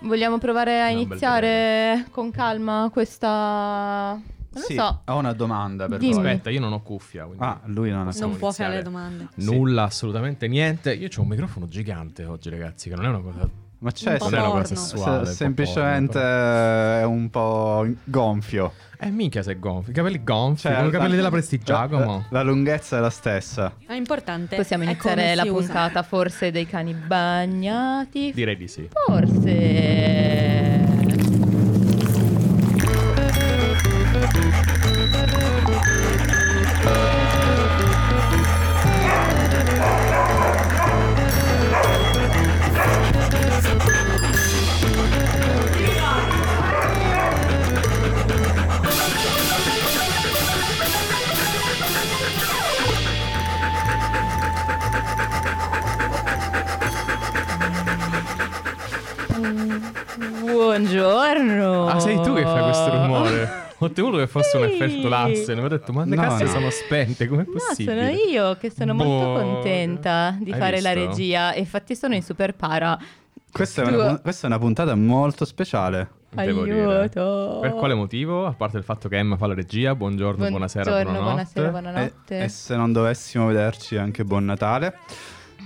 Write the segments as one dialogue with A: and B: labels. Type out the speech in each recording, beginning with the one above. A: Vogliamo provare a
B: È un bel
A: iniziare con calma questa... Non
C: Sì,
A: lo so.
C: ho una domanda per
A: Dimmi.
C: voi.
B: Aspetta, io non ho cuffia, quindi
C: Ah, lui non ha
B: Possiamo
D: Non può fare le
B: iniziare.
D: domande.
B: nulla, assolutamente niente. Io ho un microfono gigante oggi, ragazzi, che non è una cosa
C: Ma c'è
D: Un po'
C: se-
D: porno.
C: se-
B: Sessuale, un po'
C: semplicemente
B: porno,
C: è un po' gonfio.
B: Eh, minchia se è gonfio. I capelli gonfi.
C: Cioè,
B: con i
C: la-
B: capelli della Presti
C: La,
B: Giacomo.
C: la lunghezza è la stessa.
D: È importante.
A: Possiamo
D: è
A: iniziare
D: come
A: la
D: si usa.
A: puntata forse dei cani bagnati.
B: Direi di sì.
A: Forse... Buongiorno.
B: Ah, sei tu che fai questo rumore? Ho temuto che fosse un
A: Sì.
B: effetto Larsen. Mi ho detto, ma le
C: No,
B: casse
C: no.
B: sono spente, com'è
A: No,
B: possibile?
A: sono io che sono
B: Boh.
A: molto contenta di
B: Hai
A: fare la
B: visto?
A: regia. E infatti sono in super para.
C: Questa è,
A: Tu-
C: una, pun- questa è una puntata molto speciale.
B: Devo
A: Aiuto.
B: dire. Per quale motivo? A parte il fatto che Emma fa la regia, buongiorno, buonasera,
A: Buongiorno,
B: buonanotte.
A: buonasera,
C: E,
A: buonanotte.
C: e se non dovessimo vederci anche buon Natale.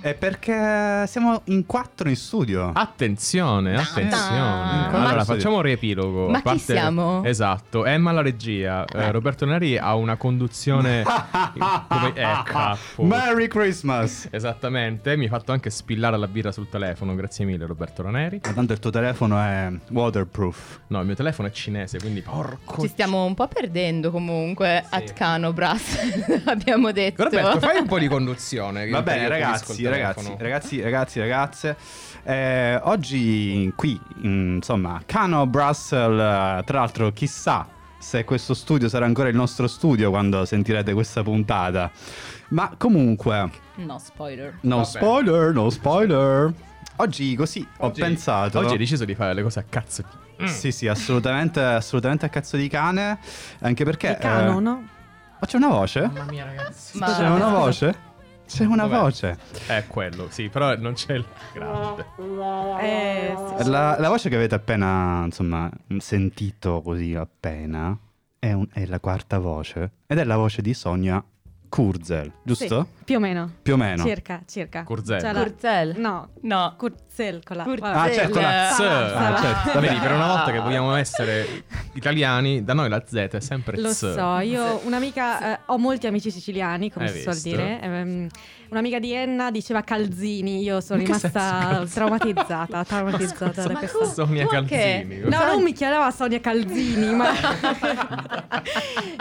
C: È perché siamo in quattro in studio.
B: Attenzione, attenzione.
A: Ma-
B: allora,
C: Ma-
B: facciamo un riepilogo.
A: Ma
B: A parte-
A: chi siamo?
B: Esatto, Emma alla regia. eh, Roberto Neri ha una conduzione. come...
C: eh,
B: Ecco, appunto.
C: Merry Christmas!
B: Esattamente, mi hai fatto anche spillare la birra sul telefono, grazie mille Roberto Raneri.
C: Ma tanto il tuo telefono è waterproof.
B: No, il mio telefono è cinese, quindi porco.
A: Ci stiamo un po' perdendo comunque
B: Sì.
A: a Tcanobras, abbiamo detto.
B: Roberto, fai un po' di conduzione. che
C: Va
B: io
C: bene,
B: io pulisco
C: ragazzi,
B: il
C: ragazzi,
B: telefono.
C: ragazzi, ragazzi, ragazze. Eh, oggi qui, mm, insomma, Cano Brussels, eh, tra l'altro chissà se questo studio sarà ancora il nostro studio quando sentirete questa puntata. Ma comunque,
A: No, spoiler.
C: no
B: Vabbè.
C: spoiler, no spoiler. Oggi così ho
B: Oggi-
C: pensato. Mm.
B: Oggi hai deciso di Mm. fare le cose a cazzo.
C: Sì, sì, assolutamente, assolutamente a cazzo di cane. Anche perché...
D: Di cano,
C: eh,
D: no?
C: Ma c'è una voce?
B: Mamma mia, ragazzi.
A: Ma-
C: C'è una voce? C'è una
B: Vabbè.
C: voce.
B: È quello, sì, però non c'è il grande.
D: Eh, sì.
C: La, la voce che avete appena, insomma, sentito così appena è, un- è la quarta voce ed è la voce di Sonia Kurzel, giusto?
D: Sì, più o meno.
C: Più o meno.
D: Circa, circa.
B: Curzel.
D: Cioè, la-
A: Curzel.
D: No,
A: No.
D: curzel con la...
A: Curzel.
C: Ah,
D: vabbè.
C: certo, la
A: Eh,
C: Z.
D: sarà,
C: Ah,
D: sarà.
C: certo.
B: cioè, Vedi,
C: Vabbè.
B: per una volta che vogliamo essere italiani, da noi la Z è sempre
D: Lo
B: Z.
D: so, io un'amica, eh, ho molti amici siciliani, come
B: Hai
D: si suol
B: visto?
D: dire. ehm, un'amica di Enna diceva calzini, io sono
B: In che senso
D: Esatto, rimasta
B: calzini?
D: traumatizzata,
B: Ma
D: traumatizzata
B: scusa,
D: da
B: ma
D: questa.
B: Sonia
A: tu anche-
B: Calzini.
D: No, non mi chiamava Sonia Calzini, ma...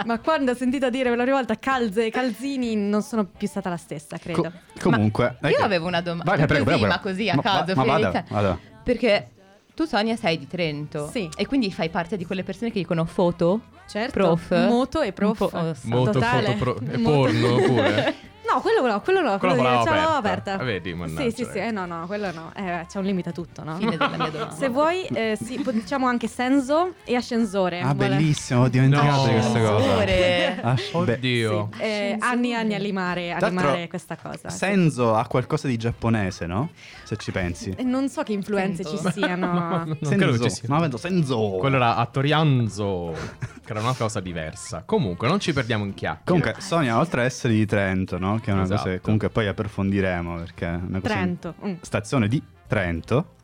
D: ma quando ho sentito dire per la prima volta calze e calzini non sono più stata la stessa, credo.
C: Co- comunque, eh,
A: Ma io avevo una domanda.
C: Vai,
A: così,
C: prego, prego, prego.
A: ma così a
C: Ma-
A: caso.
C: ma- ma
A: per
C: vada,
A: iniziare.
C: vada.
A: Perché tu, Sonia, sei di Trento.
D: Sì.
A: E quindi fai parte di quelle persone che dicono foto.
D: Certo,
A: Prof.
D: moto e prof.
A: Un po', oh, sì.
B: Moto,
D: Totale.
B: foto, pro- e
D: Moto.
B: porno pure.
D: No, quello no, quello no,
B: Quello
D: quello,
B: con la
D: di- ce l'avevo
B: aperta.
D: aperta.
B: Ah, vedi, mannaggia,
D: sì, sì, sì, eh, no, no, quello no. Eh, c'è un limite a tutto, no?
A: Fine della mia domanda.
D: Se vuoi, eh, sì, po- diciamo anche senso e
A: Eh,
D: ascensore.
C: Ah,
D: vuole-
C: bellissimo, ho dimenticato di
B: No.
C: questa cosa.
A: Amore.
C: Ah, sh- beh,
B: Oddio.
D: Sì, eh, anni e anni a limare, a
C: Tra l'altro,
D: limare questa cosa.
C: Senzo ha qualcosa di giapponese, no? Se ci pensi.
A: Eh,
D: E non so che influenze
A: Senso.
D: ci siano.
B: Non credo
C: Senzo,
B: ci sia.
C: ma vedo Senzo.
B: Quello era a Torianzo, che era una cosa diversa. Comunque, non ci perdiamo in chiacchiere.
C: Comunque, Sonia, oltre ad essere di Trento, no? Che è una cosa che
B: Esatto.
C: comunque poi approfondiremo perché è una cosa
D: Trento. mm.
C: stazione di Trento.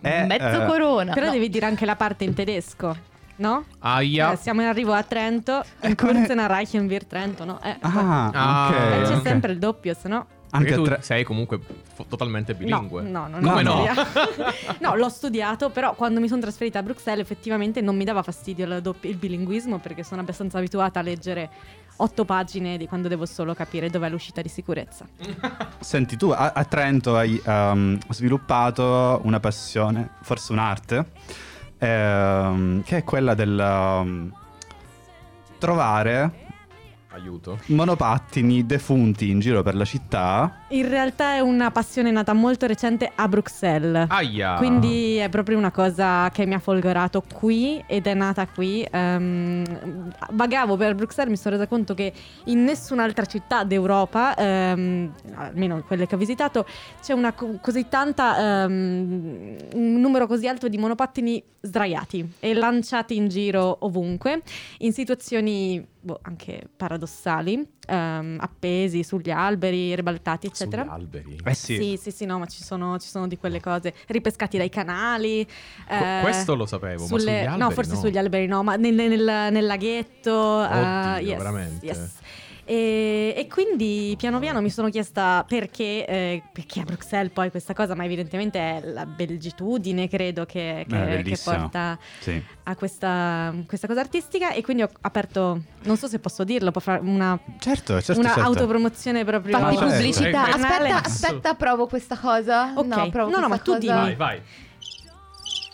C: È,
A: Mezzo
C: eh,
A: corona.
D: Però
A: No.
D: devi dire anche la parte in tedesco, no?
B: Aia.
D: Eh, siamo in arrivo a Trento,
C: Eh,
D: in
C: come-
D: Kurzena Reichenbier Trento, no? Eh,
C: Ah,
B: Ah,
C: ok.
D: poi- eh, c'è
C: ok.
D: sempre il doppio, se no...
C: Anche
B: Perché
C: a
B: tu
C: Tre-
B: sei comunque fo- totalmente bilingue.
D: No, no, non
B: Come
D: ho
B: no?
D: idea. no, l'ho studiato, però quando mi sono trasferita a Bruxelles effettivamente non mi dava fastidio il, doppi- il bilinguismo perché sono abbastanza abituata a leggere otto pagine di quando devo solo capire dov'è l'uscita di sicurezza.
C: Senti, tu a, a Trento hai ehm, sviluppato una passione, forse un'arte, ehm, che è quella del ehm, trovare
B: Aiuto.
C: monopattini defunti in giro per la città
D: In realtà è una passione nata molto recente a Bruxelles.
B: Aia.
D: Quindi è proprio una cosa che mi ha folgorato qui ed è nata qui. Ehm, vagavo per Bruxelles, mi sono resa conto che in nessun'altra città d'Europa, ehm, almeno quelle che ho visitato, c'è una co- così tanta, ehm, un numero così alto di monopattini sdraiati e lanciati in giro ovunque, in situazioni boh, anche paradossali, ehm, appesi sugli alberi, ribaltati, eccetera.
E: Sugli alberi.
C: Eh sì.
D: Sì, sì, sì, no, ma ci sono, ci sono di quelle cose ripescati dai canali.
B: Que-
D: eh,
B: questo lo sapevo, ma
D: sulle-
B: sugli alberi
D: No, forse
B: no.
D: sugli alberi no, ma nel, nel- nel laghetto. eh, yes,
B: veramente?
D: yes. E, e quindi piano piano mi sono chiesta perché, eh, perché a Bruxelles poi questa cosa, ma evidentemente è la belgitudine, credo, che, che-
C: Eh,
D: che
C: bellissimo.
D: porta
C: Sì.
D: a questa, questa cosa artistica. E quindi ho aperto, non so se posso dirlo, può fare una,
C: Certo, certo.
D: una
C: certo.
D: autopromozione proprio.
A: Fatti
B: Ma certo.
A: pubblicità.
B: Eh,
D: Canale.
A: Aspetta, aspetta, provo questa cosa.
D: Ok.
A: No, provo
D: No, no,
A: questa
D: ma tu
A: cosa.
D: dimmi.
B: Vai, vai.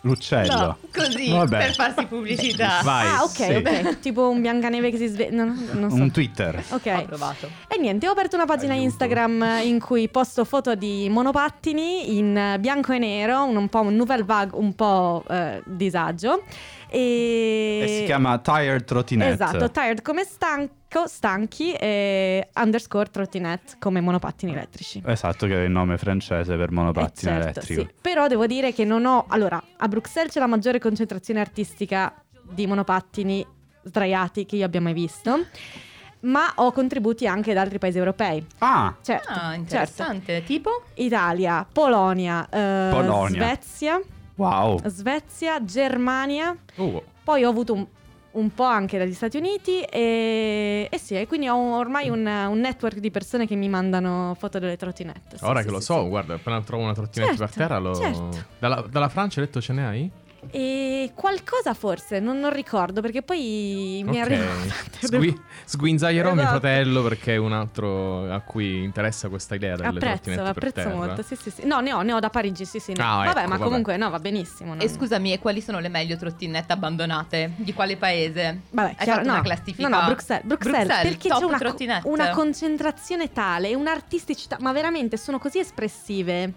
C: L'uccello.
A: No, così,
C: Vabbè.
A: per farsi pubblicità.
B: Vai.
D: Ah, ok,
C: sì.
D: ok. tipo un biancaneve che si sveglia. Non, non so.
C: Un Twitter.
A: Ho
D: Ok.
A: provato.
D: E niente, ho aperto una pagina
B: Aiuto.
D: Instagram in cui posto foto di monopattini in eh, bianco e nero, un, un po' un nouvelle vague, un po' eh, disagio. E...
C: E si chiama Tired Trottinette.
D: Esatto, tired come stanco, stanchi e underscore trottinette come monopattini elettrici.
C: Esatto, che è il nome francese per monopattino
D: Eh, certo,
C: elettrico.
D: sì. Però devo dire che non ho. Allora, a Bruxelles c'è la maggiore concentrazione artistica di monopattini sdraiati che io abbia mai visto. Ma ho contributi anche da altri paesi europei.
C: Ah,
D: Certo,
A: Ah,
D: certo.
A: interessante. Tipo?
D: Italia, Polonia, eh,
C: Polonia.
D: Svezia,
C: wow.
D: Svezia, Germania.
B: Oh,
D: Poi ho avuto un, un po' anche dagli Stati Uniti e, e sì, e quindi ho ormai un, un network di persone che mi mandano foto delle trottinette. Sì,
B: ora
D: sì,
B: che lo
D: sì,
B: so,
D: sì.
B: guarda, appena trovo una trottinetta
D: Certo,
B: per terra lo...
D: certo.
B: Dalla, dalla Francia hai detto ce ne hai?
D: E qualcosa forse, non, non ricordo perché poi mi
B: Ok.
D: arrivano
B: Sgui- sguinzaglierò mio
D: Esatto.
B: fratello perché è un altro a cui interessa questa idea delle
D: Apprezzo,
B: trottinette per
D: apprezzo
B: terra.
D: molto. Sì, sì, sì. No, ne ho, ne ho da Parigi, sì, sì. ne ho.
B: Ah,
D: vabbè,
B: ecco,
D: ma
B: vabbè.
D: comunque no, va benissimo. no.
A: E scusami, e quali sono le meglio trottinette abbandonate? Di quale paese?
D: Vabbè,
A: Hai
D: chiaro,
A: fatto
D: no.
A: una classifica?
D: No, no, Bruxelles, Bruxelles,
A: Bruxelles,
D: perché
A: top
D: c'è una, co-
A: trottinette.
D: una concentrazione tale, un'artisticità, ma veramente sono così espressive.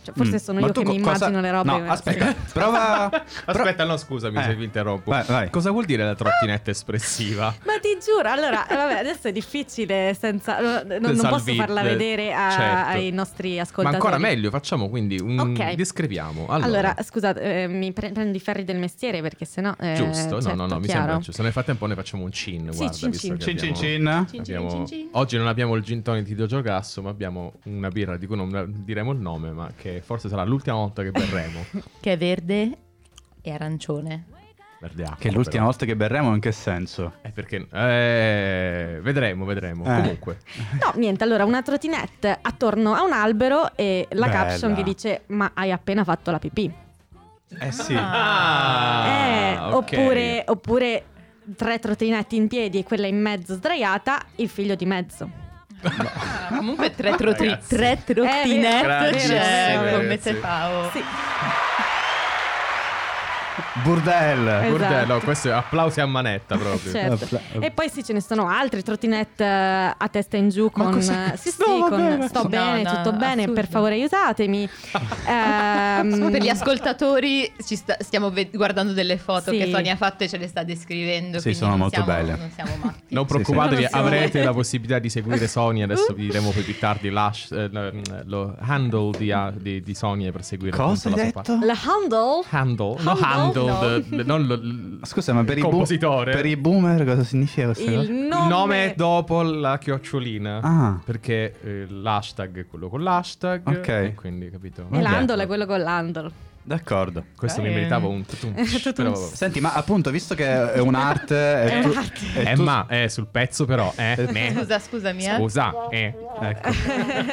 D: Cioè, forse
C: Mm.
D: sono
C: Ma
D: io
C: tu
D: che
C: co-
D: mi
C: cosa-
D: immagino le robe.
C: No, aspetta, prova.
B: Aspetta, no, scusami
C: Eh.
B: se vi interrompo.
C: Vai, vai.
B: Cosa vuol dire la trottinetta espressiva?
D: Ma ti giuro, allora, eh, vabbè, adesso è difficile senza... Non, non posso
B: Salvi-
D: farla
B: del-
D: vedere a-
B: eh, certo.
D: ai nostri
B: Ma
D: ascoltatori.
B: ancora meglio, facciamo quindi un...
D: Ok.
B: Descriviamo.
D: Allora,
B: Allora,
D: scusate, eh, mi pre- prendo i ferri del mestiere perché sennò... eh,
B: giusto, no,
D: certo,
B: no, no, mi
D: chiaro.
B: sembra giusto. Nel frattempo ne facciamo un cin,
D: Sì,
B: guarda,
D: cin,
B: visto
D: cin.
B: che
C: Cin cin
B: abbiamo-
C: cin.
A: Cin, cin,
B: abbiamo-
A: cin, cin.
B: Oggi non abbiamo il gin tonic di Dojo Grasso, ma abbiamo una birra di cui non diremo il nome, ma che forse sarà l'ultima volta che berremo.
A: Che è verde e arancione.
B: Verde acqua,
C: Che è l'ultima volta che berremo, in che senso?
B: È perché... eh, vedremo, vedremo.
C: Eh.
B: Comunque.
D: No, niente, allora una trottinette attorno a un albero e la
C: Bella.
D: caption che dice ma hai appena fatto la pipì.
C: Eh sì.
D: Eh,
B: Ah, ok.
D: oppure, oppure tre trottinetti in piedi e quella in mezzo sdraiata, il figlio di mezzo.
A: Ah, comunque tre, trotri-
B: Ragazzi.
A: tre
D: Eh, vero,
A: trottinette
D: vero,
A: c'è,
D: vero,
A: come
B: ragazzi.
A: se fa-
D: Sì,
C: Burdel.
B: Bordello,
D: esatto.
B: questo è applausi a manetta proprio.
D: certo.
C: Appla-
D: E poi sì, ce ne sono altri trottinette eh, a testa in giù
B: Ma
D: con
B: cos'è
D: eh, sì, sì,
B: questo? No, va
D: con
B: bene.
D: sto
A: No,
D: bene,
A: no,
D: tutto bene,
A: assurdo.
D: per favore aiutatemi. Ehm,
A: Per gli ascoltatori ci sta- stiamo ve- guardando delle foto
D: Sì.
A: che Sonia ha fatto e ce le sta descrivendo.
C: Sì,
A: quindi
C: sono
A: non
C: molto
A: siamo-
C: belle.
A: Non siamo matti.
B: Non
C: Sì, sì.
B: preoccupatevi,
D: Non lo so.
B: avrete la possibilità di seguire Sony. Adesso vi diremo poi più tardi l'ash- eh, l- mm, lo handle di, di, di Sony per seguire
C: Cosa hai
B: appunto Eh, la sua pa-
C: detto?
D: la handle
B: Handle, no,
D: Handle?
B: handle,
A: No.
B: d- non lo- l-
C: Scusa, ma per i, bu-
B: compositore.
C: per i boomer cosa significa questa
D: il
C: cosa?
D: nome,
B: Il nome è dopo la chiocciolina.
C: Ah.
B: Perché eh, l'hashtag è quello con l'hashtag.
C: Ok.
B: e Quindi, capito?
D: E
C: Vabbè.
D: l'andolo è quello con l'andolo.
C: D'accordo.
B: Questo mi
A: Eh.
B: meritava un tutum. però-
C: Senti, ma appunto, visto che è un'arte...
D: È
C: tu-
D: un'arte.
C: e
B: Eh,
C: tu-
B: ma è sul pezzo, però. Eh, me.
A: Scusa, scusami, eh.
B: Scusa, eh.
C: Ecco.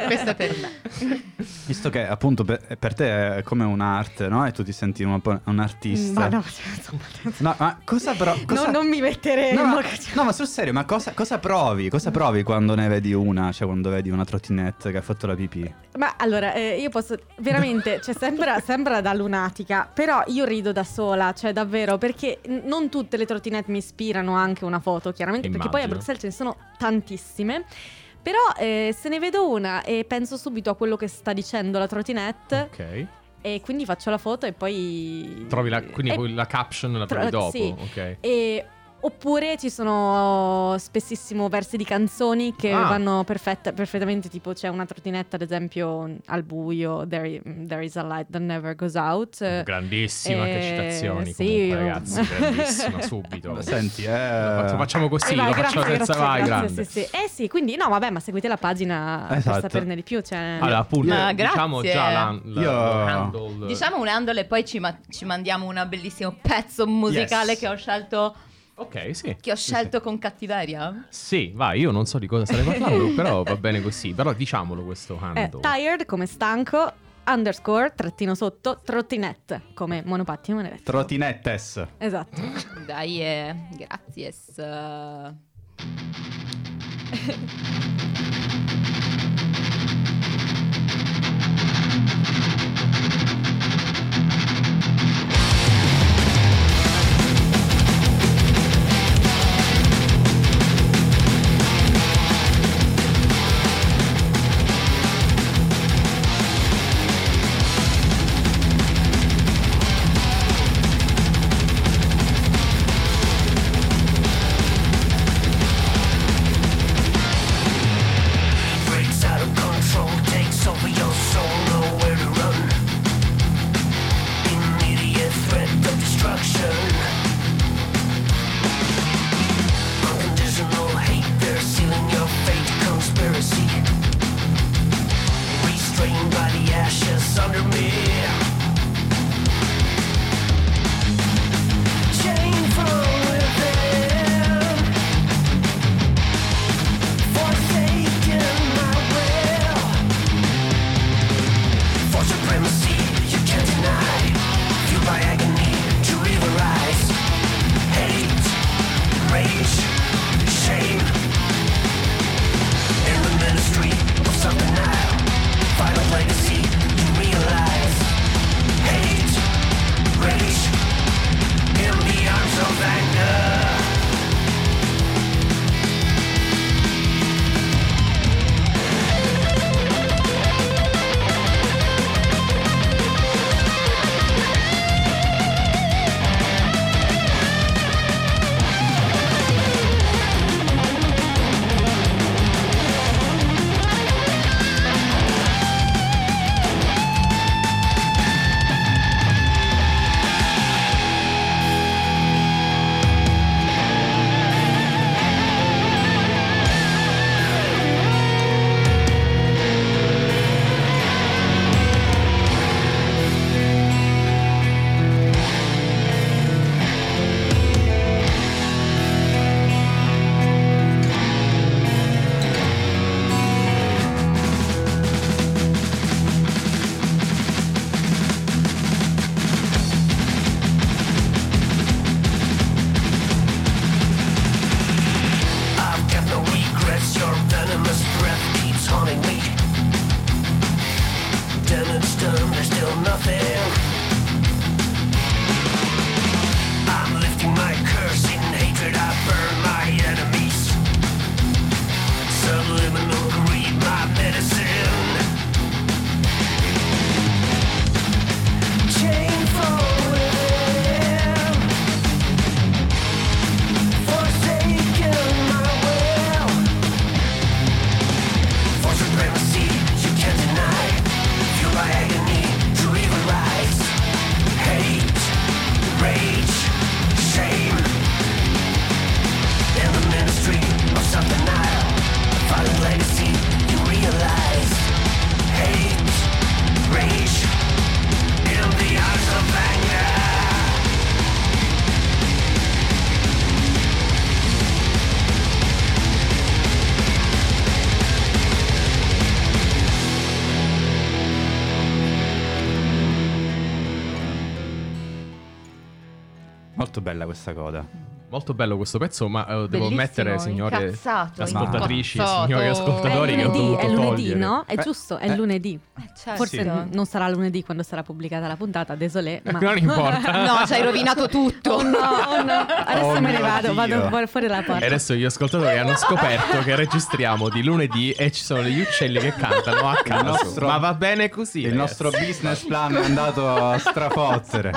A: Questo è per me.
C: Visto che appunto per, per te è come un'arte, no? E tu ti senti un, po' un artista.
D: Ma no, cioè, insomma,
C: No, ma cosa però... cosa-
D: non, non mi mettere
C: No,
D: in
C: ma,
D: bocca-
C: no, ma sul serio, ma cosa, cosa provi? Cosa provi quando ne vedi una? Cioè, quando vedi una trottinette che ha fatto la pipì?
D: Ma allora, eh, io posso veramente, cioè sembra, sembra da lunatica, però io rido da sola, cioè davvero, perché n- non tutte le trottinette mi ispirano anche una foto, chiaramente, perché poi a
B: Immagino.
D: Bruxelles ce ne sono tantissime. Però eh, se ne vedo una e penso subito a quello che sta dicendo la trotinette
B: Ok.
D: e quindi faccio la foto e poi...
B: Trovi la, quindi
D: e-
B: poi la caption la trovi
D: tro-
B: dopo.
D: sì.
B: Ok.
D: e- Oppure ci sono spessissimo versi di canzoni che
B: Ah.
D: vanno perfetta- perfettamente, tipo c'è una trotinetta ad esempio al buio, There, there is a light that never goes out.
B: Grandissima, che
D: eh,
B: citazioni. comunque,
D: sì, oh. io-
B: ragazzi, grandissima, subito.
C: Senti, eh,
B: Lo facciamo così,
D: Eh, vai,
B: lo
D: grazie,
B: facciamo senza
D: grazie,
B: vai,
D: grazie,
B: grande.
D: sì, sì. Eh sì, quindi no, vabbè, ma seguite la pagina
C: Esatto.
D: per saperne di più. Cioè...
B: Allora, appunto,
A: Ma
B: diciamo
A: grazie.
B: già l'an- l-
C: Io-
B: l'handle.
A: Diciamo un handle e poi ci, ma- ci mandiamo un bellissimo pezzo musicale
B: Yes.
A: che ho scelto,
B: Ok, sì.
A: che ho scelto con cattiveria.
B: Sì, vai, io non so di cosa stai parlando, però va bene così. Però diciamolo questo
D: Eh,
B: handle.
D: tired come stanco, underscore, trattino sotto, trottinette come monopattino elettrico.
C: Trotinettes.
D: Esatto.
A: Dai, eh, grazie. s- eh,
E: breaks out of control, takes over your soul, nowhere to run. Immediate threat of destruction. Unconditional hate, they're sealing your fate, conspiracy. Restrained by the ashes under me. Chain from within. Forsaken my will. For supremacy, you can't deny. Fueled by agony, to evil rise. Hate, rage, shame. In the ministry of self-denial, final legacy, you realize. Hate, rage, in the arms of anger. I've got no regrets, your venomous breath keeps haunting me. Done and done, there's still nothing. I'm lifting my curse in hatred, I burn my enemies. Subliminal greed, my medicine. Chain from within. Forsaken my will. For supremacy, you can't deny. Fueled by agony, to evil rise. Hate, rage, shame. In the ministry of self-denial, fallen legacy, you realize. Hate, rage, in the eyes of anger.
C: Molto bella questa coda.
B: Molto bello questo pezzo, ma eh, devo
A: Bellissimo,
B: ammettere, signore
A: incazzato,
B: ascoltatrici,
A: incazzato.
B: signori ascoltatori,
D: è
A: Allora,
B: che ho
D: lunedì,
B: dovuto
D: è lunedì
B: togliere.
D: no? È
C: Eh,
D: giusto, è
C: eh.
D: lunedì.
A: Eh, certo.
D: Forse n- non sarà lunedì quando sarà pubblicata la puntata, désolé. Ma...
B: Non importa.
A: No, ci hai rovinato tutto.
D: Oh no, oh no. Adesso
C: Oh
D: me ne
C: mio
D: vado,
C: Dio.
D: vado fuori- fuori dalla
B: E
D: porta.
B: adesso gli ascoltatori hanno scoperto che registriamo di lunedì e ci sono degli uccelli che cantano a caso.
C: nostro-
B: Ma va bene così.
C: Il
B: ragazzi.
C: nostro business plan è andato a strafottere.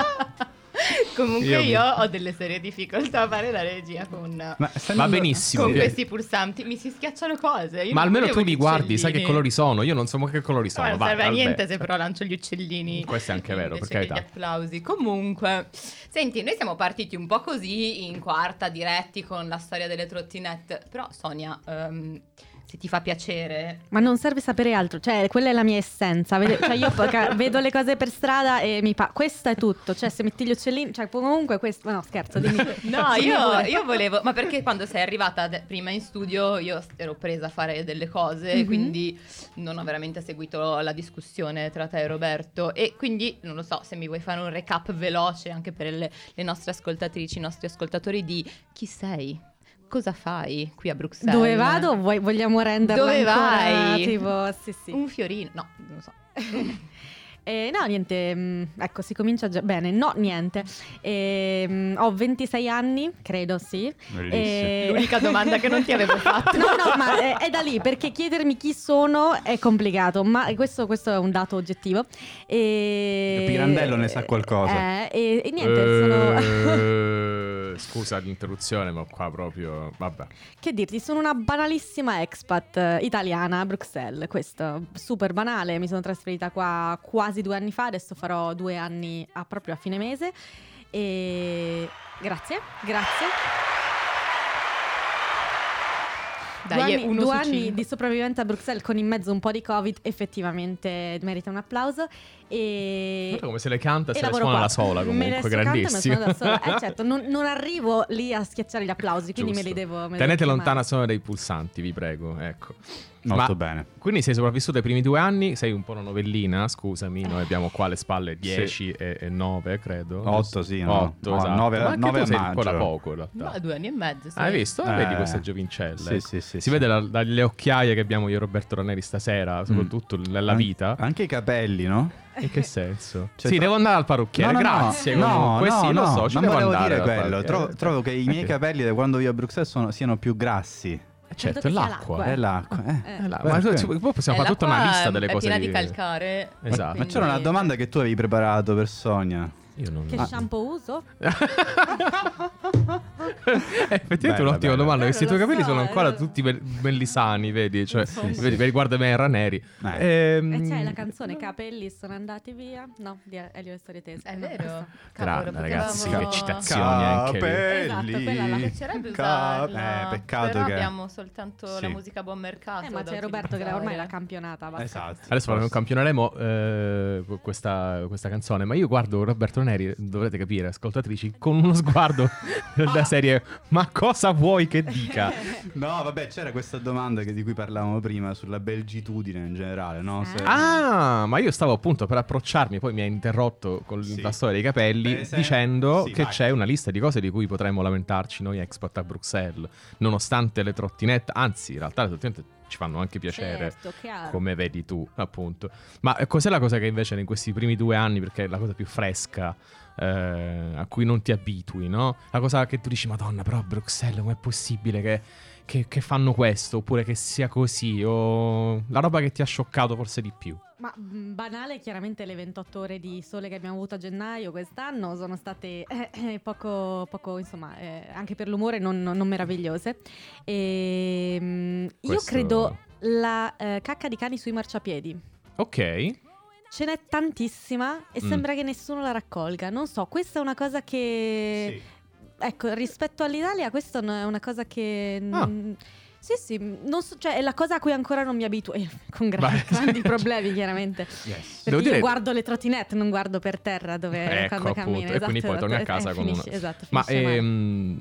A: Comunque
B: Io
A: io,
B: mi-
A: ho delle serie difficoltà a fare la regia con,
C: Ma stai
B: Va
C: andando-
B: benissimo.
A: con
B: Eh,
A: questi pulsanti. Mi si schiacciano cose. Io
B: Ma
A: non
B: almeno
A: volevo
B: tu li
A: gli
B: guardi, sai che
A: uccellini.
B: colori sono. Io non so che colori sono.
A: Ma non
B: va,
A: serve a
B: vabbè.
A: niente se però lancio gli uccellini.
B: Questo è anche vero, per
A: Invece
B: carità.
A: degli applausi. Comunque, senti, noi siamo partiti un po' così in quarta diretti con la storia delle trottinette. Però, Sonia, ehm, se ti fa piacere,
D: Ma non serve sapere altro, cioè quella è la mia essenza. Vede- cioè, io poca- vedo le cose per strada e mi pa. Questo è tutto. Cioè, se metti gli uccellini, cioè comunque questo. ma No, scherzo, dimmi.
A: No,
D: Dimmi
A: io,
D: pure.
A: io volevo, ma perché quando sei arrivata de- prima in studio io ero presa a fare delle cose,
D: Mhm.
A: quindi non ho veramente seguito la discussione tra te e Roberto e quindi non lo so se mi vuoi fare un recap veloce anche per le, le nostre ascoltatrici, i nostri ascoltatori di chi sei, cosa fai qui a Bruxelles.
D: Dove vado? Vuoi- vogliamo renderla
A: Dove
D: ancora,
A: vai?
D: Tipo, sì, sì.
A: Un fiorino, no, non lo so.
D: Eh, no, niente, mm, ecco, si comincia già bene. No, niente. Eh, mm, ho 26 anni, credo, sì.
C: Bellissimo.
D: Eh,
A: L'unica domanda che non ti avevo fatto.
D: No, no, ma è, è da lì perché chiedermi chi sono è complicato, ma questo, questo è un dato oggettivo. E...
C: Il Pirandello ne sa qualcosa.
D: Eh, e, e niente, sono...
B: Eh, Scusa l'interruzione, ma qua proprio. Vabbè.
D: che dirti, sono una banalissima expat eh, italiana a Bruxelles, questo super banale, mi sono trasferita qua quasi due anni fa, adesso farò due anni a- proprio a fine mese e grazie, grazie.
A: Dai,
D: due
A: è
D: anni,
A: uno
D: due
A: su
D: anni
A: cinque.
D: di sopravvivenza a Bruxelles con in mezzo un po' di Covid effettivamente merita un applauso. E...
B: Guarda come se le canta e se le
D: lavoro
B: suona
D: qua.
B: da sola,
D: me
B: comunque,
D: le sto cantando, me le
B: grandissimo.
D: suono da sola. Eh, certo, non, non arrivo lì a schiacciare gli applausi, quindi me li
B: Giusto.
D: devo... me li devo
B: Tenete
D: chiamare.
B: lontana solo dai pulsanti, vi prego. Ecco.
C: Molto
B: Ma-
C: bene.
B: Quindi sei sopravvissuto ai primi due anni, sei un po' una novellina, scusami,
D: Eh.
B: noi abbiamo qua alle spalle 10 e, 9, credo.
C: 8, sì, no.
B: 8,
C: No,
B: esatto.
C: nove-
B: Ma anche
C: nove
B: tu
C: a
B: sei
C: maggio.
B: ancora poco, in realtà.
A: No, due anni e mezzo. sì.
B: Ah, Hai visto?
C: Eh.
B: Vedi queste giovincelle.
C: Sì,
B: ecco.
C: sì, sì,
B: si
C: sì.
B: vede da- dalle occhiaie che abbiamo io e Roberto Raneri stasera, soprattutto nella
C: An-
B: vita.
C: Anche i capelli, no?
B: In che senso?
C: Cioè,
B: sì,
C: tro-
B: devo andare al parrucchiere.
C: No, no, no.
B: Grazie.
C: No,
B: comunque,
C: no,
B: sì, lo
C: no,
B: so. Ci
C: non
B: devo
C: volevo
B: andare
C: dire
B: al
C: quello. Trovo,
B: parrucchiere.
C: trovo che i miei
B: Eh,
C: capelli da quando vivo a Bruxelles sono- siano più grassi.
B: Certo, è
D: Credo che sia
B: l'acqua.
D: l'acqua,
C: È l'acqua, eh.
D: Eh.
B: È l'acqua. Ma
C: Perché?
B: tu- ci- poi possiamo
A: Eh,
B: fare tutta una
A: l'acqua
B: lista delle
A: è
B: cose.
A: piena di
B: che-
A: calcare.
B: Esatto.
C: Ma
A: Quindi-
C: c'era una domanda che tu avevi preparato per Sonia.
B: Io non
D: Che
B: Ah.
D: shampoo uso?
B: Eh, Effettivamente è
C: Bella,
B: un'ottima
C: bella.
B: domanda.
D: Eh,
B: Questi
D: lo
B: tuoi capelli
D: so,
B: sono
D: eh,
B: ancora
D: lo-
B: tutti be- belli sani, vedi? Cioè,
D: Sì,
B: vedi,
D: sì.
B: vedi, guarda me, raneri.
C: Eh.
B: Ehm,
D: E c'è la canzone Capelli sono andati via? No, di Elio e Storie Tese.
A: È
D: No,
A: vero.
D: questa.
B: Grande,
A: potevamo-
B: ragazzi, che citazione. anche
D: Esatto, quella la-
A: Piacerebbe
C: Ca-
A: usarla,
C: eh, peccato
A: però
C: che
A: abbiamo soltanto
C: Sì.
A: la musica a buon mercato.
D: Eh, ma
A: da
D: c'è Roberto che ormai l'ha
A: utilizzare.
D: campionata. basta.
C: Esatto.
B: Adesso faremo- campioneremo eh, questa, questa canzone, ma io guardo Roberto Neri, dovrete capire, ascoltatrici, con uno sguardo da serie, ma cosa vuoi che dica?
C: No, vabbè, c'era questa domanda che- di cui parlavamo prima sulla belgitudine in generale, no? Se-
B: Ah, ma io stavo appunto per approcciarmi, poi mi ha interrotto con
C: Sì.
B: la storia dei capelli
C: Per esempio-
B: dicendo
C: sì,
B: che
C: vai.
B: c'è una lista di cose di cui potremmo lamentarci noi expat a Bruxelles, nonostante le trottinette, anzi in realtà le trottinette ci fanno anche piacere.
D: Certo, chiaro.
B: Come vedi tu, appunto. Ma eh, cos'è la cosa che invece in questi primi due anni, perché è la cosa più fresca, eh, a cui non ti abitui, no? La cosa che tu dici, Madonna, però a Bruxelles, com'è possibile che, che- che fanno questo? Oppure che sia così? O la roba che ti ha scioccato forse di più.
D: Ma mh, banale, chiaramente le 28 ore di sole che abbiamo avuto a gennaio quest'anno sono state eh, eh, poco, poco, insomma, eh, anche per l'umore non, non meravigliose. E, mh, Io
B: Questo-
D: credo la eh, cacca di cani sui marciapiedi.
B: Ok.
D: Ce n'è tantissima e
B: Mm.
D: sembra che nessuno la raccolga. Non so, questa è una cosa che...
C: Sì.
D: Ecco, rispetto all'Italia, questa è una- è una cosa che.
B: Ah.
D: mm, Sì, sì, non so- cioè, è la cosa a cui ancora non mi abituo. eh, Con gra-
B: Vai.
D: grandi problemi, chiaramente. Perché
B: Devo
D: io
B: dire-
D: guardo le trottinette, non guardo per terra dove
B: Ecco,
D: quando cammino.
B: appunto, e quindi poi torni a casa con
D: finisce,
B: una-
D: Esatto,
B: Ma
D: finisce male.
B: ehm,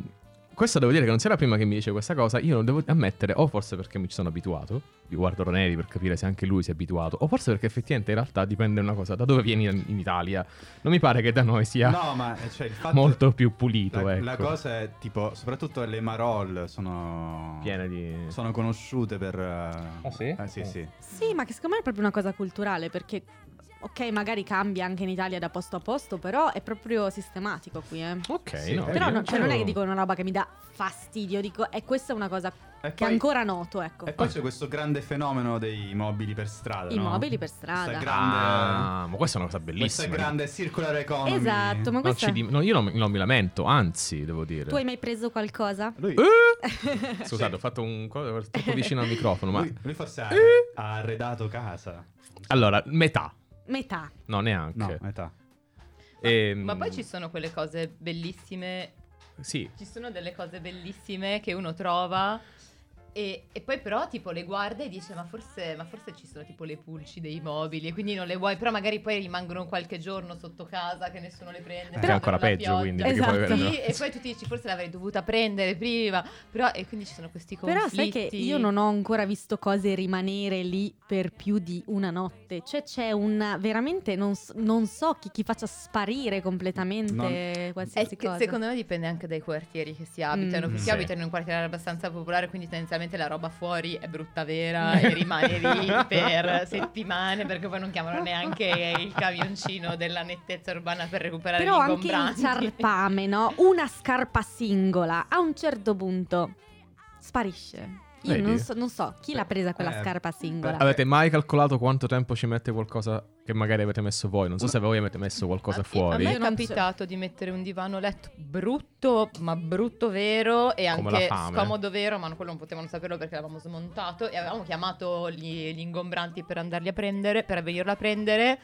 B: Questa devo dire che non sei la prima che mi dice questa cosa. Io non devo ammettere, o forse perché mi ci sono abituato. Io guardo Roneri per capire se anche lui si è abituato. O forse perché effettivamente in realtà dipende una cosa da dove vieni in, in Italia. Non mi pare che da noi sia
C: No, ma eh, cioè, il fatto
B: molto più pulito.
C: la,
B: ecco.
C: la cosa è tipo, soprattutto le Marol sono
B: piena di.
C: sono conosciute per eh,
B: Ah, sì?
C: eh, sì, sì.
D: Sì, ma che secondo me è proprio una cosa culturale perché. Ok, magari cambia anche in Italia da posto a posto, però è proprio sistematico qui, eh.
B: Ok,
C: Sì,
B: no,
C: eh,
D: Però
B: vedi,
D: non, cioè, non è che
B: allora-
D: dico una roba che mi dà fastidio, dico, e questa è una cosa
C: E
D: che
C: poi-
D: ancora noto, ecco.
B: Eh,
C: E poi c'è questo grande fenomeno dei mobili per strada.
D: I
C: no?
D: mobili per strada.
C: Questa grande,
B: Ah, ma questa è una cosa
C: questa
B: bellissima.
C: grande circular economy.
D: Esatto, ma
B: Non
D: questa...
B: ci dim- no, io non, non mi lamento, anzi, devo dire.
D: Tu hai mai preso qualcosa?
C: Lui,
B: Eh? Scusate,
C: Sì.
B: ho fatto un cosa ero troppo vicino al microfono, ma
C: lui, lui forse ha,
B: Eh?
C: ha arredato casa.
B: allora, metà.
D: Metà.
B: No, neanche.
C: No, eh. metà.
B: Ehm,
A: Ma poi ci sono quelle cose bellissime
B: Sì.
A: Ci sono delle cose bellissime che uno trova e, e poi però tipo le guarda e dice ma forse, ma forse ci sono tipo le pulci dei mobili e quindi non le vuoi, però magari poi rimangono qualche giorno sotto casa che nessuno le prende.
C: Che è
A: perché
B: ancora
A: con la
B: peggio, quindi,
D: perché poi
A: Esatto.
B: veramente-
A: Sì, e poi tu ti dici forse l'avrei dovuta prendere prima, però e quindi ci sono questi conflitti.
D: Però sai che io non ho ancora visto cose rimanere lì per più di una notte. Cioè c'è un... veramente non, s- non so chi, chi faccia sparire completamente
A: Eh,
D: qualsiasi
A: che
D: cosa.
A: secondo me dipende anche dai quartieri che si abitano.
D: Mm.
A: Che si
B: Sì.
A: abitano in un quartiere abbastanza popolare, quindi tendenzialmente la roba fuori è brutta vera e rimane lì per settimane perché poi non chiamano neanche il camioncino della nettezza urbana per recuperare
D: Però
A: gli
D: anche il
A: ingombranti.
D: ciarpame, no? Una scarpa singola a un certo punto sparisce. Io
B: Vedi?
D: non so, non so chi l'ha presa quella
C: Eh,
D: scarpa singola.
C: beh,
B: Avete mai calcolato quanto tempo ci mette qualcosa che magari avete messo voi? Non so se voi avete messo qualcosa
A: A-
B: fuori.
A: A me
D: Io
A: è
D: non so.
A: capitato di mettere un divano letto brutto, ma brutto vero e
B: Come
A: anche
B: la fame.
A: scomodo vero, ma quello non potevano saperlo perché l'avevamo smontato e avevamo chiamato gli, gli ingombranti per andarli a prendere, per venirlo a prendere,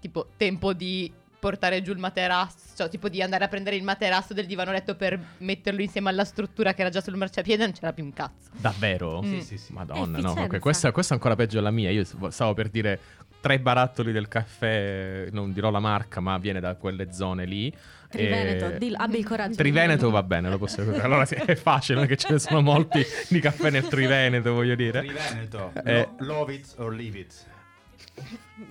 A: tipo tempo di portare giù il materasso, cioè tipo di andare a prendere il materasso del divano letto per metterlo insieme alla struttura che era già sul marciapiede, non c'era più un cazzo.
B: Davvero?
A: Mm.
C: Sì, sì, sì.
B: Madonna, no,
D: Efficienza.
B: ok, questa, questa è ancora peggio della mia. Io s- stavo per dire tre barattoli del caffè, non dirò la marca, ma viene da quelle zone lì.
D: Triveneto,
B: E-
D: dillo, abbi il coraggio. di
B: Triveneto
D: dirlo.
B: va bene, lo posso Allora sì, è facile, non è che ce ne sono molti di caffè nel Triveneto, voglio dire.
C: Triveneto.
B: Eh.
C: Lo- love it or leave it.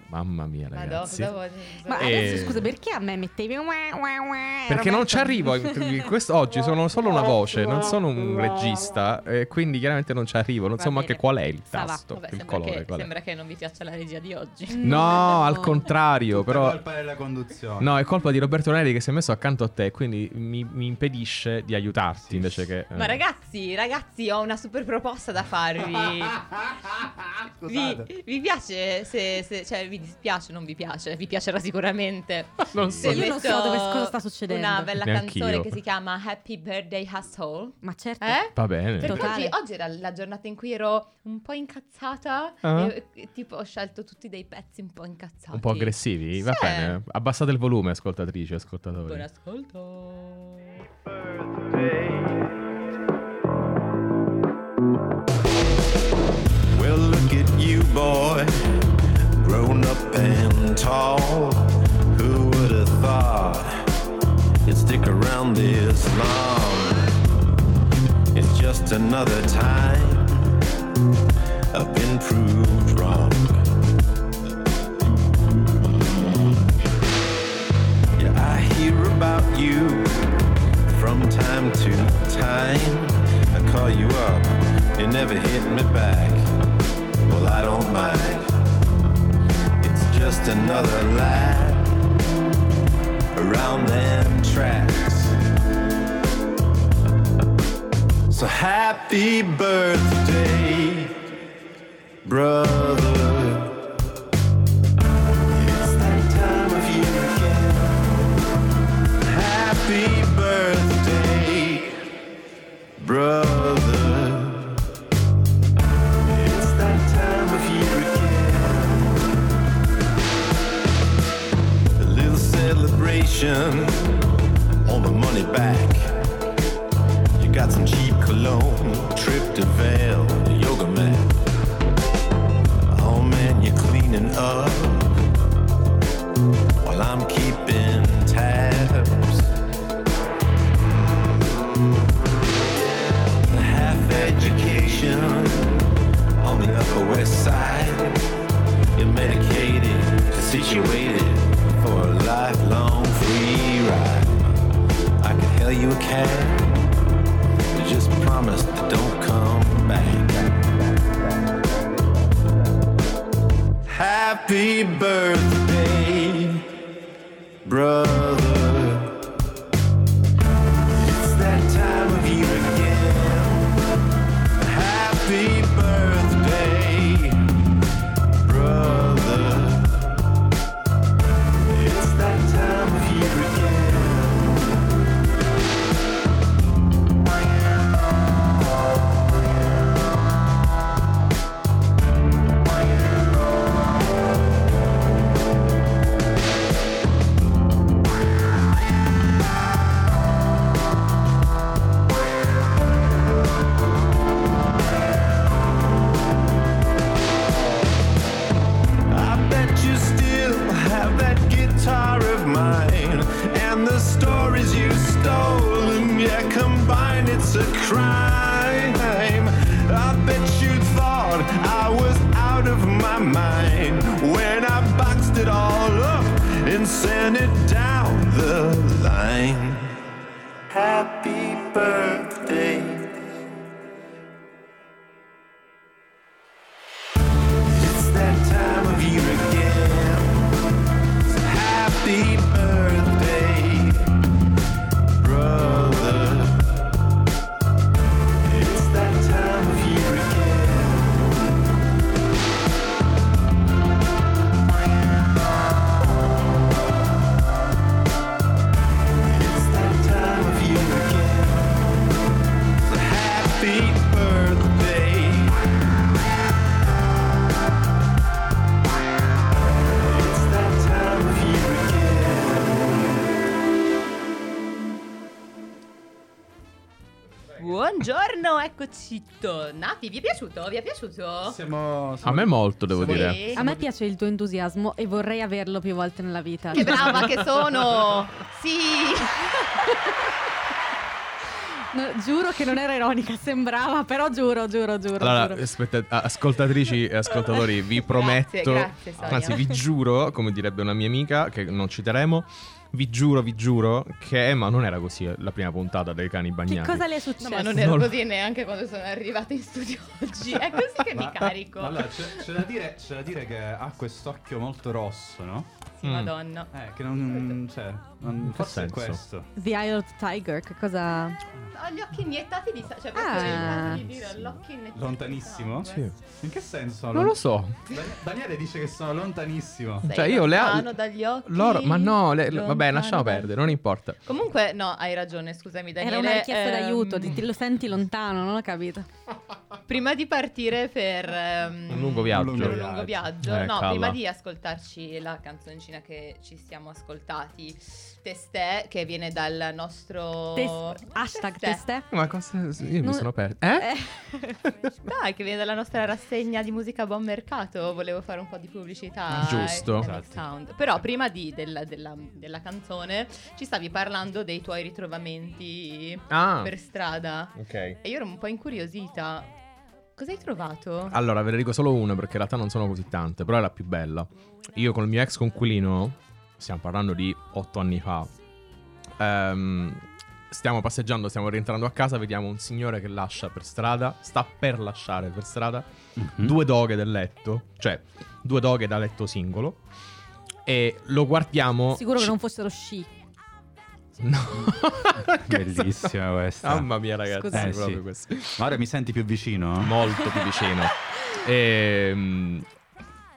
B: Mamma mia,
A: Madonna,
B: ragazzi.
A: cosa vuoi?
D: Ma
B: Eh,
D: adesso scusa, perché a me mettevi wah, wah,
A: Eh,
D: wah,
B: Perché non ci
D: Roberto?
B: arrivo, eh, in- in questo- oggi sono solo una voce, non sono un regista, e quindi chiaramente non ci arrivo, non
A: Va
B: so
A: bene.
B: neanche qual è il
D: Sta va.
B: tasto,
A: Vabbè,
B: il
A: sembra,
B: colore.
A: che,
B: qual è.
A: sembra che non vi piaccia la regia di oggi.
B: No, al contrario,
C: Tutta
B: però...
C: colpa della conduzione.
B: No, è colpa di Roberto Neri che si è messo accanto a te, quindi mi, mi impedisce di aiutarti
C: Sì.
B: invece che...
A: Ma
B: eh.
A: ragazzi, ragazzi, ho una super proposta da farvi.
C: Scusate.
A: vi, vi piace? Se, se- cioè, vi dispiace? Non vi piace? Vi piacerà sicuramente.
B: Non
A: Se
B: so.
D: Io non so
A: metto
D: dove- cosa sta succedendo.
A: Una bella
B: Neanch'io.
A: canzone che si chiama Happy Birthday Asshole.
D: Ma certo.
A: Eh?
B: Va bene.
A: Perché
D: Totale.
A: oggi, oggi era la giornata in cui ero un po' incazzata.
B: Ah.
A: E, e tipo, ho scelto tutti dei pezzi un po' incazzati.
B: Un po' aggressivi? Va
A: Sì.
B: bene. Abbassate il volume, ascoltatrici, ascoltatori.
A: Buon ascolto.
F: Well, look at you, boy, grown up and tall. Who would have thought you'd stick around this long? It's just another time I've been proved wrong. Yeah, I hear about you from time to time. I call you up, you never hit me back. Well, I don't mind. It's just another lap around them tracks. So happy birthday, brother. It's that time of year again. Happy birthday, brother. It's that time of year again. A little celebration on the money back. You got some cheap cologne, trip to Vail, a yoga mat. Oh man, you're cleaning up while I'm keeping tabs.
E: you can. You just promise that don't come back. Happy birthday, brother. It's that time of year again. Happy birthday, brother. It's that time of year again. I bet you still have that guitar of mine and the stories you stole and yeah, combined it's a crime. I bet you thought I was out of my mind when I boxed it all up and sent it down the line. Happy birthday. It's that time of year again. So happy birthday, brother. It's that time of year again. It's that time of year again. So happy birthday. It's that time of year again.
A: Buongiorno, eccoci tornati. Vi è piaciuto? Vi è piaciuto?
C: Siamo,
B: A
C: siamo-
B: me molto, devo
C: Sì.
B: dire.
A: Sì.
D: A me piace il tuo entusiasmo e vorrei averlo più volte nella vita.
A: Che brava che sono! Sì!
D: No, giuro che non era ironica, sembrava, però giuro, giuro, giuro.
B: Allora, eh,
D: giuro.
B: aspetta, a- ascoltatrici e ascoltatori, vi prometto,
A: grazie, Sonia.
B: anzi vi giuro, come direbbe una mia amica, che non citeremo, vi giuro, vi giuro che ma non era così la prima puntata dei cani
D: Che
B: bagnati.
D: cosa le è
A: No,
D: successo?
A: ma non ero
B: Cioè, Non lo-
A: così neanche quando sono arrivata in studio oggi. È così che mi
C: Ma-
A: carico.
C: ma allora, c'è, c'è da dire, c'è da dire che ha quest'occhio molto rosso, no?
A: Sì,
B: Mm.
A: madonna.
C: Eh, che non. Cioè, non,
B: che
C: forse è
B: senso?
C: questo.
D: The Eye of the Tiger, che cosa...
A: Ho gli occhi iniettati di sangue. Cioè,
D: Ah.
A: proprio iniettati di dire,
C: Sì.
A: l'occhio iniettato.
C: Lontanissimo?
A: di sangue.
C: In che senso?
B: Non lo so.
C: Dan- Daniele dice che sono lontanissimo.
A: Sei
B: Cioè, io le ha-
A: lontano dagli occhi.
B: Loro, ma no, le- le- vabbè,
A: lontano
B: lasciamo
A: dal-
B: perdere, non importa.
A: Comunque, no, hai ragione, scusami Daniele.
D: Era una richiesta
A: ehm,
D: d'aiuto, di- lo senti lontano, non ho capito.
A: Prima di partire per ehm,
B: Un lungo
C: Un
B: viaggio.
A: per un
C: viaggio.
A: lungo viaggio,
B: Eh,
A: no,
B: calla.
A: prima di ascoltarci la canzoncina che ci siamo ascoltati, Testè, che viene dal nostro
D: Tes- hashtag
A: cioè,
D: testè.
B: Ma cosa... Io mi
D: Non-
B: sono perso. Eh?
A: Dai, che viene dalla nostra rassegna di musica a buon mercato. Volevo fare un po' di pubblicità. a
B: Giusto. Esatto.
A: FM Sound. Però prima di- della, della- della canzone ci stavi parlando dei tuoi ritrovamenti
B: Ah,
A: per strada.
B: ok.
A: E io ero un po' incuriosita. Cosa hai trovato?
B: Allora, ve ne dico solo una perché in realtà non sono così tante, però è la più bella. Io con il mio ex conquilino, stiamo parlando di otto anni fa, ehm, stiamo passeggiando, stiamo rientrando a casa, vediamo un signore che lascia per strada, sta per lasciare per strada,
C: Mhm.
B: due doghe del letto, cioè due doghe da letto singolo, e lo guardiamo...
D: Sicuro che non fossero sci.
B: No.
C: Bellissima questa.
B: Mamma mia ragazzi,
D: Scusa.
B: è
C: Eh,
B: proprio
C: sì.
B: questo.
C: Ma ora mi senti più vicino?
B: molto più vicino. Ehm,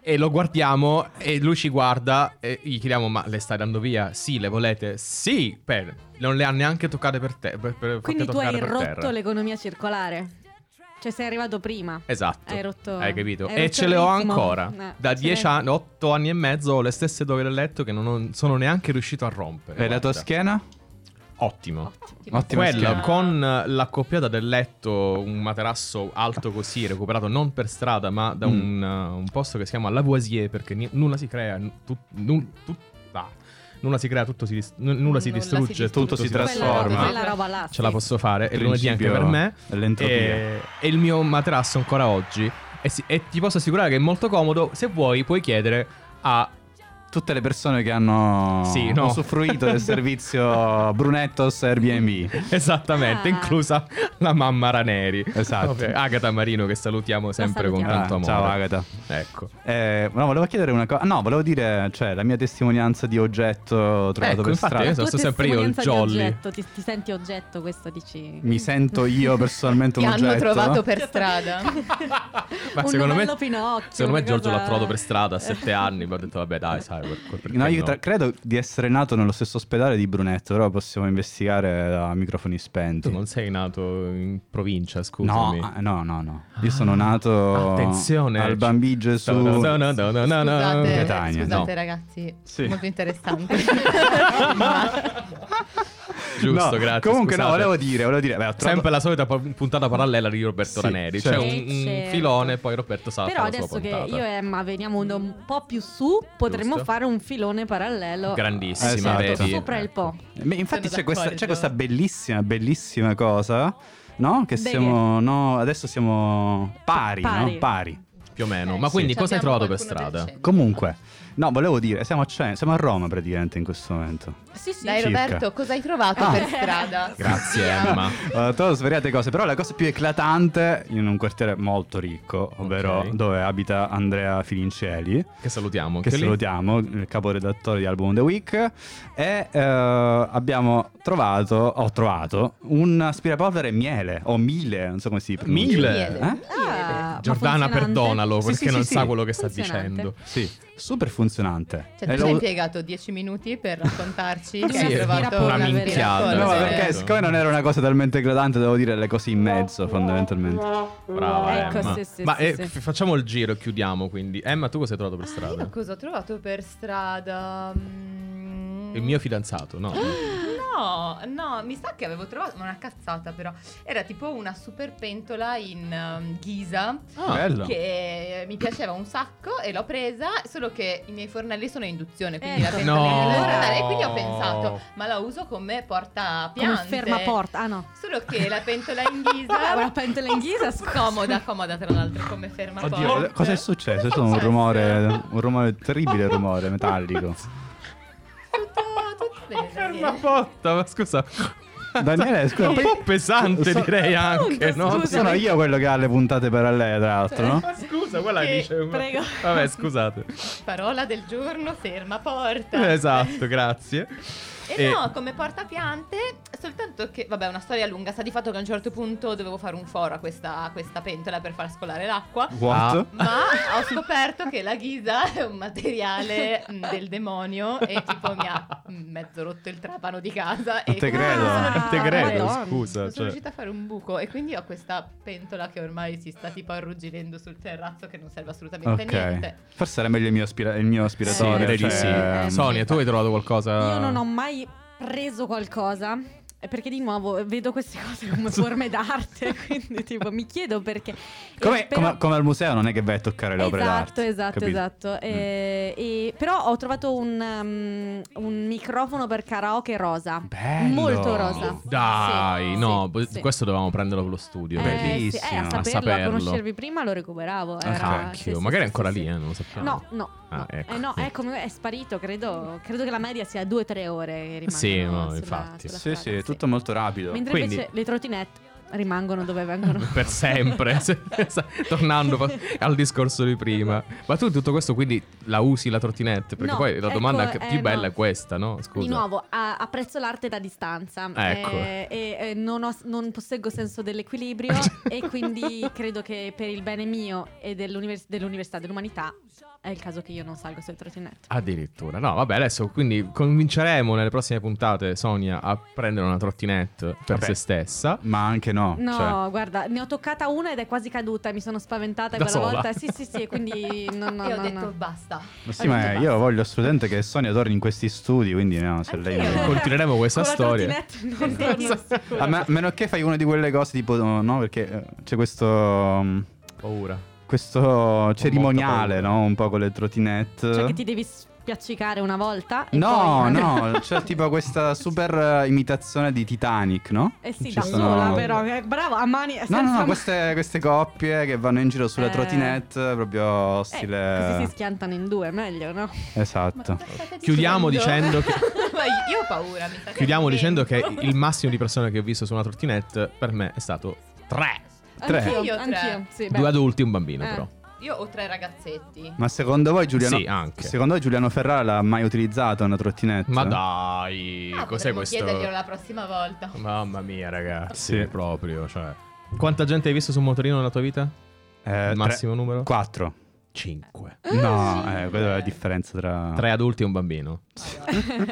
B: E, lo guardiamo e lui ci guarda e gli chiediamo ma le stai dando via? Sì, le volete? Sì, per. Non le ha neanche toccate per te. per- per- fatte
D: Quindi tu
B: toccare
D: hai
B: per
D: rotto
B: terra.
D: l'economia circolare. Cioè sei arrivato prima.
B: Esatto.
D: Hai rotto-
B: Hai capito?
D: hai
B: e
D: rotto
B: ce
D: il
B: le ho
D: ritmo.
B: ancora.
D: Eh,
B: da
D: ce
B: dieci
D: le-
B: anni, otto anni e mezzo ho le stesse dove del letto che non ho- sono neanche riuscito a rompere.
C: E la tua
B: Guarda.
C: schiena?
B: Ottimo.
A: Ottima
C: Ottima
B: Quella
C: schiena.
B: con l'accoppiata del letto, un materasso alto così, recuperato non per strada, ma
C: Mm.
B: da un, uh, un posto che si chiama Lavoisier, perché ni- nulla si crea, n- tu- nu- tu- ah, nulla si crea, tutto si, dis- n- nulla si
A: Nulla si
B: distrugge,
A: distrugge.
B: tutto si
C: Quella roba-
B: trasforma.
D: Quella roba là.
B: Ce la
D: sì.
B: posso fare, e lunedì anche per
C: Principio
B: me.
C: dell'entropia.
B: E, e il mio materasso ancora oggi. E, si- e ti posso assicurare che è molto comodo, se vuoi puoi chiedere a
C: tutte le persone che hanno
B: Sì, no.
C: usufruito del servizio Brunettos Airbnb.
B: Esattamente,
D: Ah.
B: inclusa la mamma Raneri.
C: Esatto.
B: Ok, Agata Marino che salutiamo sempre con
D: salutiamo.
B: tanto
C: Ah,
B: amore.
C: ciao, Agata.
B: Ecco.
C: Eh, no, volevo chiedere una cosa. No, volevo dire, cioè, la mia testimonianza di oggetto trovato
B: Ecco,
C: per
B: infatti,
C: strada.
B: io so-
D: Tua
B: sto sempre io il
D: testimonianza di
B: jolly.
D: oggetto, Ti, ti senti oggetto questo dici?
C: Mi sento io personalmente
A: Ti
C: un
A: hanno
C: oggetto.
A: trovato
B: Cioè,
A: per strada.
B: Ma
D: Un
B: secondo me,
D: novello Pinocchio,
B: secondo me
D: che
B: Giorgio
D: cosa-
B: l'ha trovato per strada a sette anni. Mi ha detto, vabbè, dai, sai, per- per- perché
C: No, io tra-
B: no?
C: credo di essere nato nello stesso ospedale di Brunetto, però possiamo investigare a microfoni
B: Tu
C: spenti.
B: non sei nato in provincia,
C: No,
B: scusami.
C: ah, no, no, no. Io sono nato
B: Attenzione.
C: al Bambì Gesù.
B: No, no, no, no, no, no, no.
A: Scusate,
C: Catania,
A: scusate
B: no.
A: ragazzi,
C: Sì.
A: molto interessante.
B: Giusto,
C: No,
B: grazie.
C: Comunque, no,
B: scusate.
C: volevo dire, volevo dire, beh, ho trovato-
B: Sempre la solita pa- puntata parallela di Roberto
C: Sì,
B: Raneri.
C: certo.
B: C'è un,
D: Sì,
B: un
D: certo.
B: filone, poi Roberto salta
D: Però
B: la sua
D: adesso che
B: puntata.
D: io e Emma veniamo da un po' più su, potremmo
B: Giusto.
D: fare un filone parallelo.
B: Grandissima,
D: Esatto,
C: vedi?
D: Sopra il po'.
C: Beh, infatti c'è
A: Sono
C: questa,
A: d'accordo.
C: c'è questa bellissima, bellissima cosa, no? Che
D: Beh,
C: siamo, no, adesso siamo pari,
D: Pari.
C: no? Pari.
B: Più o meno.
A: Eh,
B: Ma
A: sì.
B: quindi
A: Ci
B: cosa hai
A: abbiamo
B: trovato per
A: qualcuno
B: strada?
A: del centro.
C: Comunque, no, volevo dire, siamo a, Cen- siamo a Roma praticamente in questo momento.
D: Sì, sì.
A: Dai
C: Circa.
A: Roberto, cosa hai trovato
C: Ah.
A: per strada?
B: Grazie,
A: Sì,
B: Emma.
C: Ho trovato Eh, svariate cose, però la cosa più eclatante in un quartiere molto ricco, ovvero
B: Ok.
C: dove abita Andrea Filincelli,
B: Che salutiamo.
C: che
B: anche lì.
C: salutiamo, il caporedattore di Album of the Week, e eh, abbiamo trovato, ho trovato, un aspirapolvere miele, o mile, non so come si pronuncia.
B: Mile?
C: Eh?
D: Ah, ma
B: Giordana,
D: funzionante?
B: perdonalo
C: Sì,
B: perché
C: sì,
B: non
C: sì,
B: sa
C: sì.
B: quello che sta
D: Funzionante.
B: dicendo.
C: Sì, super funzionante.
A: Cioè,
C: E
A: tu ci hai
C: lo-
A: impiegato 10 minuti per raccontarci
D: Sì,
A: che hai
D: è
A: trovato
D: una
A: una
B: minchiata.
A: minchiata.
C: No, ma
B: Sì.
C: perché siccome non era una cosa talmente eclatante, devo dire le cose in mezzo,
A: Ah.
C: fondamentalmente.
B: Brava
D: Ecco,
B: Emma.
D: sì, sì,
B: Ma
D: sì,
B: eh,
D: sì.
B: f- facciamo il giro e chiudiamo quindi. Emma, tu cosa hai trovato per
A: Ah,
B: strada?
A: io cosa ho trovato per strada? Mm.
B: Il mio fidanzato, no?
A: No, no, mi sa che avevo trovato ma una cazzata però. Era tipo una super pentola in um, ghisa
B: Ah,
C: Bello.
A: che eh, mi piaceva un sacco e l'ho presa, solo che i miei fornelli sono a induzione, quindi la
D: Ecco.
A: pentola è
B: No.
A: induzione, e quindi ho pensato, ma la uso come porta
D: Come
A: piante.
D: fermaporta. Ah, no.
A: Solo che la pentola in ghisa
D: La pentola in ghisa, scusa.
A: comoda, comoda tra l'altro come fermaporta.
C: Oddio, eh, cosa è successo? C'è stato un rumore, un rumore, terribile rumore metallico.
A: Tutto, tutto bene,
B: Ferma
A: Daniele.
B: botta, ma scusa.
C: Daniele, scusa,
B: È un
C: poi-
B: po' pesante
C: so-
B: direi anche,
D: Appunto,
B: no?
D: scusa.
C: Sono io quello che ha le puntate parallele, tra l'altro, no?
B: Ma scusa, quella
A: Sì,
B: dice. ma-
D: prego.
B: Vabbè, scusate.
A: Parola del giorno, fermaporta.
C: Eh,
B: Esatto, grazie.
A: E, no, come portapiante, soltanto che, vabbè, è una storia lunga. Sta di fatto che a un certo punto dovevo fare un foro a questa, a questa pentola per far scolare l'acqua.
C: What?
B: Ah,
A: Ma ho scoperto che la ghisa è un materiale mm, del demonio e tipo mi ha mm, mezzo rotto il trapano di casa.
C: Non
A: e
C: te
A: quindi
C: credo,
A: sono
D: non
A: riuscita-
B: te credo,
D: Madonna.
B: scusa.
A: Sono
B: cioè.
A: riuscita a fare un buco e quindi ho questa pentola che ormai si sta tipo arrugginendo sul terrazzo che non serve assolutamente a
C: Ok.
A: Ah. niente.
C: Forse era meglio il mio, aspira- il mio
B: Sì, Ehm,
C: aspiratore.
B: direi di
C: cioè-
B: sì. Sonia, tu hai trovato qualcosa?
D: Io non ho mai preso qualcosa. eh, Perché di nuovo vedo queste cose come forme d'arte, quindi tipo mi chiedo perché. E
C: Come,
D: però-
C: come- come al museo non è che vai a toccare le opere
D: Esatto,
C: d'arte.
D: esatto,
C: capito? Mm.
D: esatto. Eh, e- però ho trovato un, um, un microfono per karaoke rosa.
C: Bello.
D: Molto rosa.
B: Dai,
D: Sì,
B: no,
D: sì,
B: bo-
D: sì.
B: questo dovevamo prenderlo per lo studio.
D: Eh,
B: vedi?
D: sì, eh,
C: Bellissimo.
D: a
C: A
D: saperlo, a
B: saperlo.
D: conoscervi prima lo recuperavo.
C: Ah,
D: Era,
B: Cacchio,
D: sì, sì,
B: magari è
D: sì,
B: ancora
D: sì,
B: lì,
D: sì.
B: eh, non lo sappiamo.
D: No, no,
B: Ah,
D: no.
B: ecco.
D: Eh, no, è come- è sparito, credo, credo che la media sia 2-3 ore. rimangono
B: Sì, no,
D: sulla-
B: infatti.
D: sulla
C: Sì,
D: strada,
C: sì, tutto molto rapido.
D: Mentre
B: Quindi-
D: invece le trotinette rimangono dove vengono.
B: Per sempre, Se- sa- tornando fa- al discorso di prima. Ma tu tutto questo quindi la usi la trottinette? Perché
D: Ecco. No,
B: poi la
D: ecco,
B: domanda anche più
D: eh,
B: bella
D: no.
B: è questa, no? Scusa.
D: Di nuovo, a- apprezzo l'arte da distanza
B: Ecco.
D: eh, e, eh, non, ho- non posseggo senso dell'equilibrio e quindi credo che per il bene mio e dell'univers- dell'università dell'umanità è il caso che io non salgo sulle trottinette.
B: Addirittura, no, vabbè, adesso quindi convinceremo nelle prossime puntate Sonia a prendere una trottinette per
C: Vabbè.
B: se stessa.
C: Ma anche no.
D: No,
C: cioè.
D: guarda, ne ho toccata una ed è quasi caduta, mi sono spaventata
B: Da
D: quella
B: sola?
D: volta. Sì, sì, sì, quindi no, no,
A: e ho
D: no,
A: detto
D: no.
A: basta.
C: Ma sì, ma io voglio assolutamente che Sonia torni in questi studi, quindi no, se lei
A: Anch'io.
C: non...
B: Continueremo questa
D: Con la
B: storia.
D: trottinette non torno sicura.
C: A me- a meno che fai una di quelle cose tipo, no, perché eh, c'è questo, mm,
B: Paura.
C: questo cerimoniale,
B: paura.
C: no, un po' con le trotinette.
D: Cioè che ti devi s- spiaccicare una volta. e
C: No,
D: poi- eh?
C: no, c'è tipo questa super eh, imitazione di Titanic, no?
D: Eh sì,
C: Ci
D: da
C: sono-
D: sola però, eh, bravo, a mani...
C: No,
D: senza
C: no, no,
D: mani.
C: queste, queste coppie che vanno in giro sulle
D: Eh.
C: trotinette, proprio
D: Eh,
C: stile...
D: Così si schiantano in due, meglio, no?
C: esatto.
B: Chiudiamo dicendo che-
A: Ma io ho paura, mi sta
B: Chiudiamo dicendo
A: sentendo.
B: che il massimo di persone che ho visto su una tortinette per me è stato tre.
C: Tre.
D: Anch'io,
A: Io tre.
D: anch'io, sì, beh.
B: Due adulti e un bambino,
D: Eh.
B: però.
A: Io ho tre ragazzetti.
C: Ma secondo voi Giuliano...
B: Sì, anche.
C: Secondo voi Giuliano Ferrara l'ha mai utilizzato una trottinetta?
B: Ma dai,
A: Ah,
B: cos'è
A: potremmo
B: questo?
A: Chiederglielo la prossima volta.
B: Mamma mia, ragazzi,
C: Sì.
B: proprio, cioè. Quanta gente hai visto su un motorino nella tua vita?
C: Eh,
B: Il massimo
C: tre-
B: numero?
C: Quattro.
B: Cinque.
C: No,
A: Sì.
C: eh, quella è la differenza tra...
B: Tre adulti e un bambino.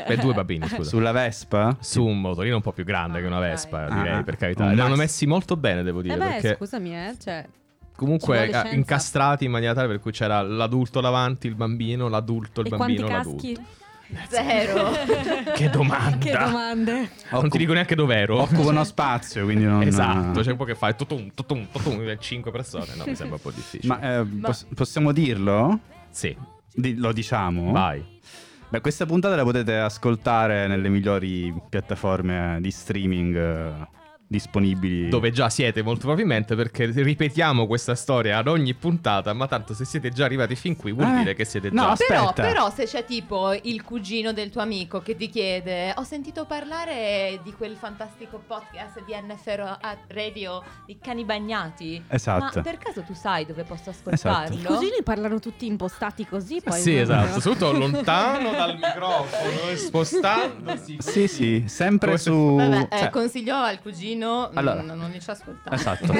B: E due bambini, scusa.
C: Sulla Vespa?
B: Su un motorino un po' più grande che una
A: Ah,
B: Vespa,
C: dai.
B: direi,
C: Ah,
B: per
C: un
B: carità. Li hanno
C: mass-
B: messi molto bene, devo dire,
D: Eh beh,
B: perché
D: scusami, eh, cioè... Ci
B: comunque
D: vuole
B: eh,
D: scienza.
B: incastrati in maniera tale per cui c'era l'adulto davanti, il bambino, l'adulto, il
D: E quanti
B: bambino, l'adulto.
D: caschi?
A: Zero.
B: Che domanda!
C: Ah,
D: Che domande.
B: Non ti dico neanche dov'ero.
C: Occupa uno spazio, quindi non...
B: Esatto, c'è un po' che fai tutum, tutum, tutum, cinque persone. No, mi sembra un po' difficile.
C: Ma, eh, poss- possiamo dirlo?
B: Sì,
C: Di- lo diciamo?
B: vai.
C: Beh, questa puntata la potete ascoltare nelle migliori piattaforme di streaming eh, disponibili.
B: Dove già siete molto probabilmente perché ripetiamo questa storia ad ogni puntata, ma tanto se siete già arrivati fin qui vuol
C: Eh,
B: dire che siete
C: no,
B: già...
C: aspe-
A: Però,
C: Aspetta.
A: però se c'è tipo il cugino del tuo amico che ti chiede ho sentito parlare di quel fantastico podcast di NFR Radio di Cani Bagnati.
C: Esatto.
A: Ma per caso tu sai dove posso ascoltarlo?
D: I cugini parlano tutti impostati così, poi...
B: Sì, esatto,
D: no?
B: soprattutto lontano dal microfono e spostandosi.
C: Sì, sì, sempre
B: Come se-
C: su...
A: Vabbè, eh,
C: cioè,
A: consiglio al cugino
C: Allora.
A: mm, non li ci ascoltare.
C: Esatto.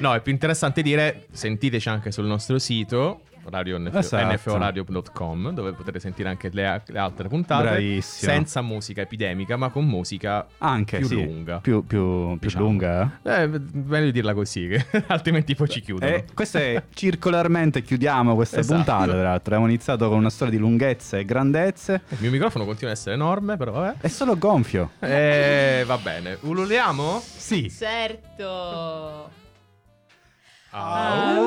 B: No, è più interessante dire sentiteci anche sul nostro sito radio NF-
C: Esatto.
B: nforadio.com dove potete sentire anche le, a- le altre puntate
C: Bravissimo.
B: senza musica epidemica ma con musica
C: Anche,
B: più
C: sì.
B: lunga.
C: Più, più- più
B: Diciamo.
C: lunga?
B: Eh, meglio dirla così che altrimenti poi ci chiudono.
C: Eh, questo è circolarmente chiudiamo questa
B: Esatto.
C: puntata. Tra l'altro, abbiamo iniziato con una storia di lunghezze e grandezze.
B: Il mio microfono continua a essere enorme però vabbè.
C: È solo gonfio.
B: Eh, va bene. Ululiamo?
C: Sì.
A: Certo.
B: Au.